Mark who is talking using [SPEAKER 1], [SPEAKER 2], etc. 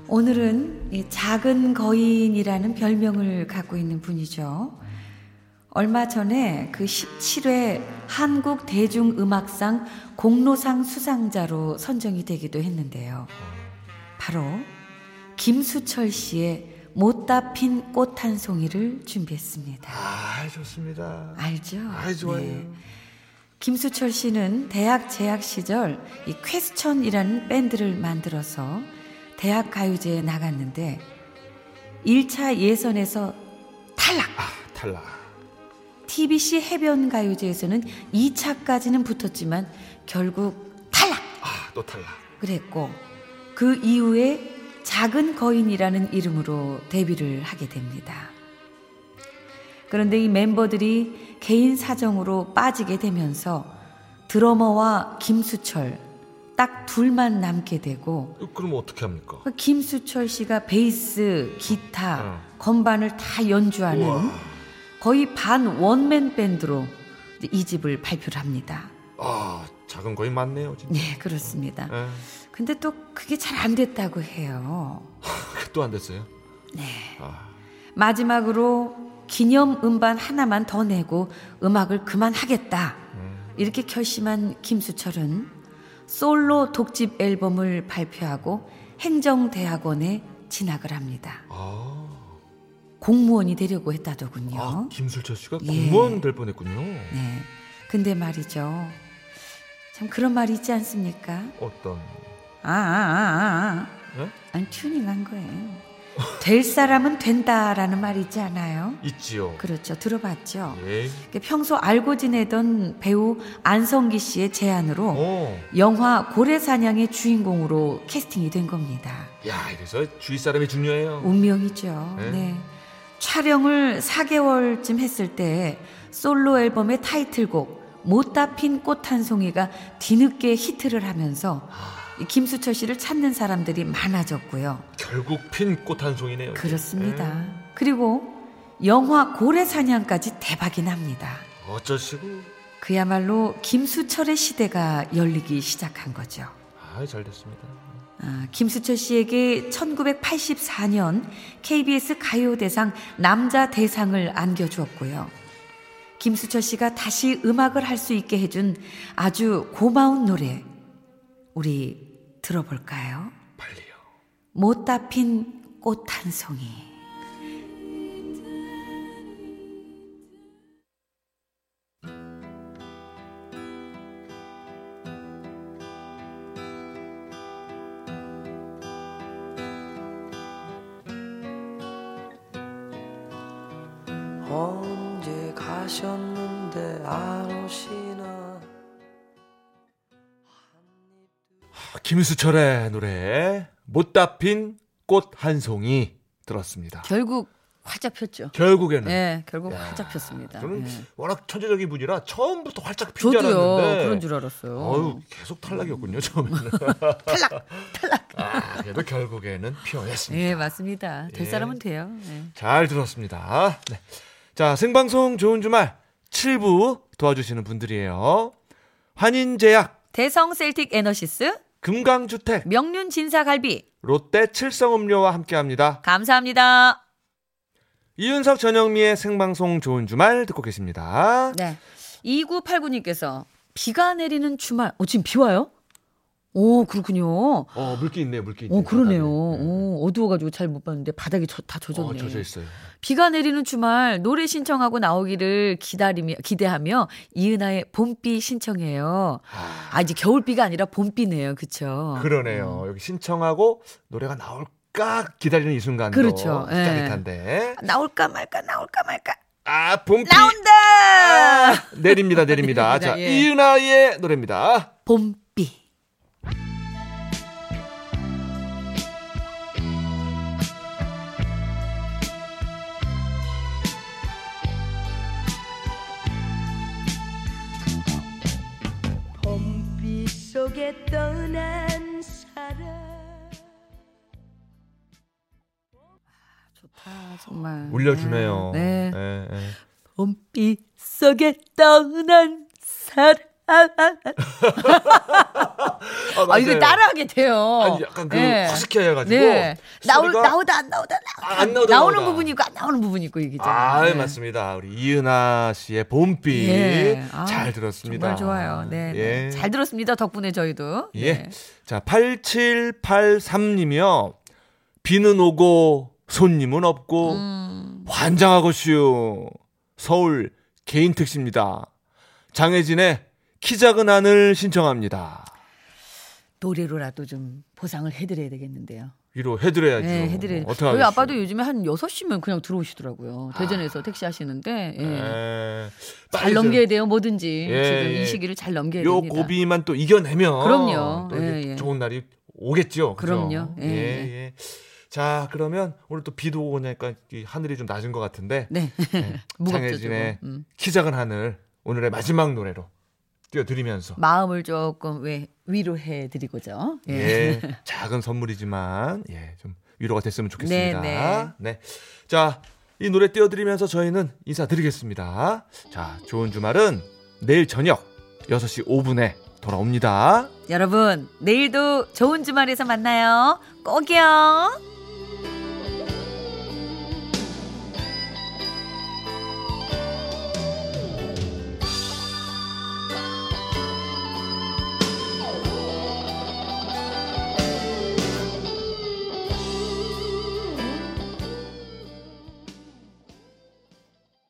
[SPEAKER 1] 오늘은 이 작은 거인이라는 별명을 갖고 있는 분이죠. 얼마 전에 그 17회 한국 대중음악상 공로상 수상자로 선정이 되기도 했는데요. 바로 김수철 씨의 못다 핀 꽃 한 송이를 준비했습니다.
[SPEAKER 2] 아 좋습니다.
[SPEAKER 1] 알죠? 네.
[SPEAKER 2] 아, 좋아요.
[SPEAKER 1] 김수철 씨는 대학 재학 시절 이 퀘스천이라는 밴드를 만들어서 대학 가요제에 나갔는데 1차 예선에서 탈락.
[SPEAKER 2] 아 탈락.
[SPEAKER 1] TBC 해변 가요제에서는 2차까지는 붙었지만 결국 탈락
[SPEAKER 2] 아 또 탈락.
[SPEAKER 1] 그랬고 그 이후에 작은 거인이라는 이름으로 데뷔를 하게 됩니다. 그런데 이 멤버들이 개인 사정으로 빠지게 되면서 드러머와 김수철 딱 둘만 남게 되고
[SPEAKER 2] 어, 그럼 어떻게 합니까?
[SPEAKER 1] 그 김수철 씨가 베이스, 기타,
[SPEAKER 2] 어.
[SPEAKER 1] 건반을 다 연주하는
[SPEAKER 2] 우와.
[SPEAKER 1] 거의 반 원맨 밴드로 이제 이 집을 발표를 합니다.
[SPEAKER 2] 아 작은 거인 많네요 진짜.
[SPEAKER 1] 네, 그렇습니다.
[SPEAKER 2] 예.
[SPEAKER 1] 근데 또 그게 잘 안 됐다고 해요.
[SPEAKER 2] 또 안 됐어요.
[SPEAKER 1] 네.
[SPEAKER 2] 아.
[SPEAKER 1] 마지막으로 기념 음반 하나만 더 내고 음악을 그만하겠다. 이렇게 결심한 김수철은 솔로 독집 앨범을 발표하고 행정대학원에 진학을 합니다.
[SPEAKER 2] 아,
[SPEAKER 1] 공무원이 되려고 했다더군요.
[SPEAKER 2] 아 김술철 씨가
[SPEAKER 1] 예.
[SPEAKER 2] 공무원 될 뻔했군요.
[SPEAKER 1] 네. 근데 말이죠. 참 그런 말이 있지 않습니까?
[SPEAKER 2] 어떤?
[SPEAKER 1] 아, 아, 아, 아.
[SPEAKER 2] 예?
[SPEAKER 1] 아니, 튜닝한 거예요. 될 사람은 된다라는 말이 있지 않아요?
[SPEAKER 2] 있지요.
[SPEAKER 1] 그렇죠. 들어봤죠.
[SPEAKER 2] 예.
[SPEAKER 1] 이렇게 평소 알고 지내던 배우 안성기 씨의 제안으로
[SPEAKER 2] 어.
[SPEAKER 1] 영화 고래사냥의 주인공으로 캐스팅이 된 겁니다.
[SPEAKER 2] 야, 이래서 주위 사람이 중요해요.
[SPEAKER 1] 운명이죠.
[SPEAKER 2] 네.
[SPEAKER 1] 네. 촬영을 4개월쯤 했을 때 솔로 앨범의 타이틀곡 못다 핀 꽃 한 송이가 뒤늦게 히트를 하면서 이 김수철 씨를 찾는 사람들이 많아졌고요.
[SPEAKER 2] 결국 핀 꽃 한 송이네요.
[SPEAKER 1] 그렇습니다. 그리고 영화 고래사냥까지 대박이 납니다.
[SPEAKER 2] 예. 어쩌시고?
[SPEAKER 1] 그야말로 김수철의 시대가 열리기 시작한 거죠.
[SPEAKER 2] 아, 잘 됐습니다.
[SPEAKER 1] 아, 김수철 씨에게 1984년 KBS 가요대상 남자 대상을 안겨주었고요. 김수철 씨가 다시 음악을 할 수 있게 해준 아주 고마운 노래, 우리 들어볼까요?
[SPEAKER 2] 빨리요.
[SPEAKER 1] 못다 핀 꽃 한 송이.
[SPEAKER 3] 언제 가셨는데 안 오시나
[SPEAKER 2] 아, 김수철의 노래 못다 핀 꽃 한 송이 들었습니다.
[SPEAKER 1] 결국 활짝 폈죠.
[SPEAKER 4] 결국에는.
[SPEAKER 1] 네, 결국 활짝 폈습니다.
[SPEAKER 4] 저는
[SPEAKER 1] 네.
[SPEAKER 4] 워낙 천재적인 분이라 처음부터 활짝 피지
[SPEAKER 1] 저도요.
[SPEAKER 4] 않았는데.
[SPEAKER 1] 그런 줄 알았어요.
[SPEAKER 4] 어유 계속 탈락이었군요 처음에는.
[SPEAKER 1] 탈락, 탈락.
[SPEAKER 4] 아, 그래도 결국에는 피어냈습니다.
[SPEAKER 1] 예, 맞습니다. 될
[SPEAKER 4] 예.
[SPEAKER 1] 사람은 돼요. 네.
[SPEAKER 4] 잘 들었습니다. 네. 자, 생방송 좋은 주말 7부 도와주시는 분들이에요. 한인제약,
[SPEAKER 1] 대성 셀틱 에너시스,
[SPEAKER 4] 금강주택,
[SPEAKER 1] 명륜 진사갈비
[SPEAKER 4] 롯데 칠성음료와 함께합니다.
[SPEAKER 1] 감사합니다.
[SPEAKER 4] 이윤석 전영미의 생방송 좋은 주말 듣고 계십니다.
[SPEAKER 1] 네. 2989님께서 비가 내리는 주말. 어, 지금 비 와요? 오, 그렇군요.
[SPEAKER 4] 어, 물기 있네요, 물기 있네요.
[SPEAKER 1] 오, 그러네요.
[SPEAKER 4] 바닥에. 음.
[SPEAKER 1] 오, 어두워가지고 잘 못 봤는데 바닥이 저- 다 젖었네.
[SPEAKER 4] 어, 젖어 있어요.
[SPEAKER 1] 비가 내리는 주말 노래 신청하고 나오기를 기다리며 기대하며 이은아의 봄비 신청해요. 아 이제 겨울비가 아니라 봄비네요, 그렇죠?
[SPEAKER 4] 아. 그러네요. 여기 신청하고 노래가 나올까 기다리는 이 순간도
[SPEAKER 1] 그렇죠. 예.
[SPEAKER 4] 짜릿한데.
[SPEAKER 1] 나올까 말까 나올까 말까
[SPEAKER 4] 아, 봄비 아,
[SPEAKER 1] 나온다.
[SPEAKER 4] 내립니다, 내립니다.
[SPEAKER 1] 내립니다,
[SPEAKER 4] 자,
[SPEAKER 1] 예.
[SPEAKER 4] 이은아의 노래입니다.
[SPEAKER 1] 봄비.
[SPEAKER 5] 봄비 속에 떠난 사람
[SPEAKER 1] 아, 정말
[SPEAKER 4] 울려주네요.
[SPEAKER 1] 네.
[SPEAKER 4] 예, 예.
[SPEAKER 1] 봄비 속에 떠난 사람. 아 이거
[SPEAKER 4] 맞아요.
[SPEAKER 1] 따라하게 돼요.
[SPEAKER 4] 아니, 약간 그
[SPEAKER 1] 네.
[SPEAKER 4] 허스키해가지고
[SPEAKER 1] 네. 나올
[SPEAKER 4] 소리가-
[SPEAKER 1] 나오다 안 나오다 나오다
[SPEAKER 4] 아, 안 나오다,
[SPEAKER 1] 나오는
[SPEAKER 4] 나오다.
[SPEAKER 1] 부분이 있고 안 나오는 부분이 있고 이게
[SPEAKER 4] 아,
[SPEAKER 1] 네.
[SPEAKER 4] 맞습니다. 우리 이은아 씨의 봄비
[SPEAKER 1] 예. 아,
[SPEAKER 4] 잘 들었습니다.
[SPEAKER 1] 정말 좋아요. 네.
[SPEAKER 4] 예.
[SPEAKER 1] 네. 잘 들었습니다. 덕분에 저희도.
[SPEAKER 4] 예.
[SPEAKER 1] 네.
[SPEAKER 4] 자, 8783님이요. 비는 오고 손님은 없고
[SPEAKER 1] 음.
[SPEAKER 4] 환장하고슈. 서울 개인 택시입니다. 장혜진의 키 작은 하늘 신청합니다.
[SPEAKER 1] 노래로라도 좀 보상을 해드려야 되겠는데요.
[SPEAKER 4] 위로 해드려야죠.
[SPEAKER 1] 네, 해드려야
[SPEAKER 4] 어떻게
[SPEAKER 1] 저희
[SPEAKER 4] 하겠어요?
[SPEAKER 1] 아빠도 요즘에 한 6시면 그냥 들어오시더라고요. 대전에서 택시 하시는데. 예.
[SPEAKER 4] 예.
[SPEAKER 1] 잘 넘겨야 돼요, 뭐든지.
[SPEAKER 4] 예,
[SPEAKER 1] 지금
[SPEAKER 4] 예.
[SPEAKER 1] 이 시기를 잘 넘겨야
[SPEAKER 4] 요
[SPEAKER 1] 됩니다.
[SPEAKER 4] 고비만 또 이겨내면
[SPEAKER 1] 그럼요.
[SPEAKER 4] 또 이게
[SPEAKER 1] 예, 예.
[SPEAKER 4] 좋은 날이 오겠죠. 그죠?
[SPEAKER 1] 그럼요. 예,
[SPEAKER 4] 예, 예. 자, 그러면 오늘 또 비도 오고 나니까 이 하늘이 좀 낮은 것 같은데
[SPEAKER 1] 네.
[SPEAKER 4] 예.
[SPEAKER 1] 무겁죠, 지금.
[SPEAKER 4] 장혜진의
[SPEAKER 1] 음.
[SPEAKER 4] 키 작은 하늘 오늘의 마지막 노래로 띄워드리면서
[SPEAKER 1] 마음을 조금 왜 위로해 드리고죠.
[SPEAKER 4] 예. 작은 선물이지만 예, 좀 위로가 됐으면 좋겠습니다.
[SPEAKER 1] 네,
[SPEAKER 4] 네. 자, 이 노래 띄워드리면서 저희는 인사드리겠습니다. 자, 좋은 주말은 내일 저녁 6시 5분에 돌아옵니다.
[SPEAKER 1] 여러분, 내일도 좋은 주말에서 만나요. 꼭이요.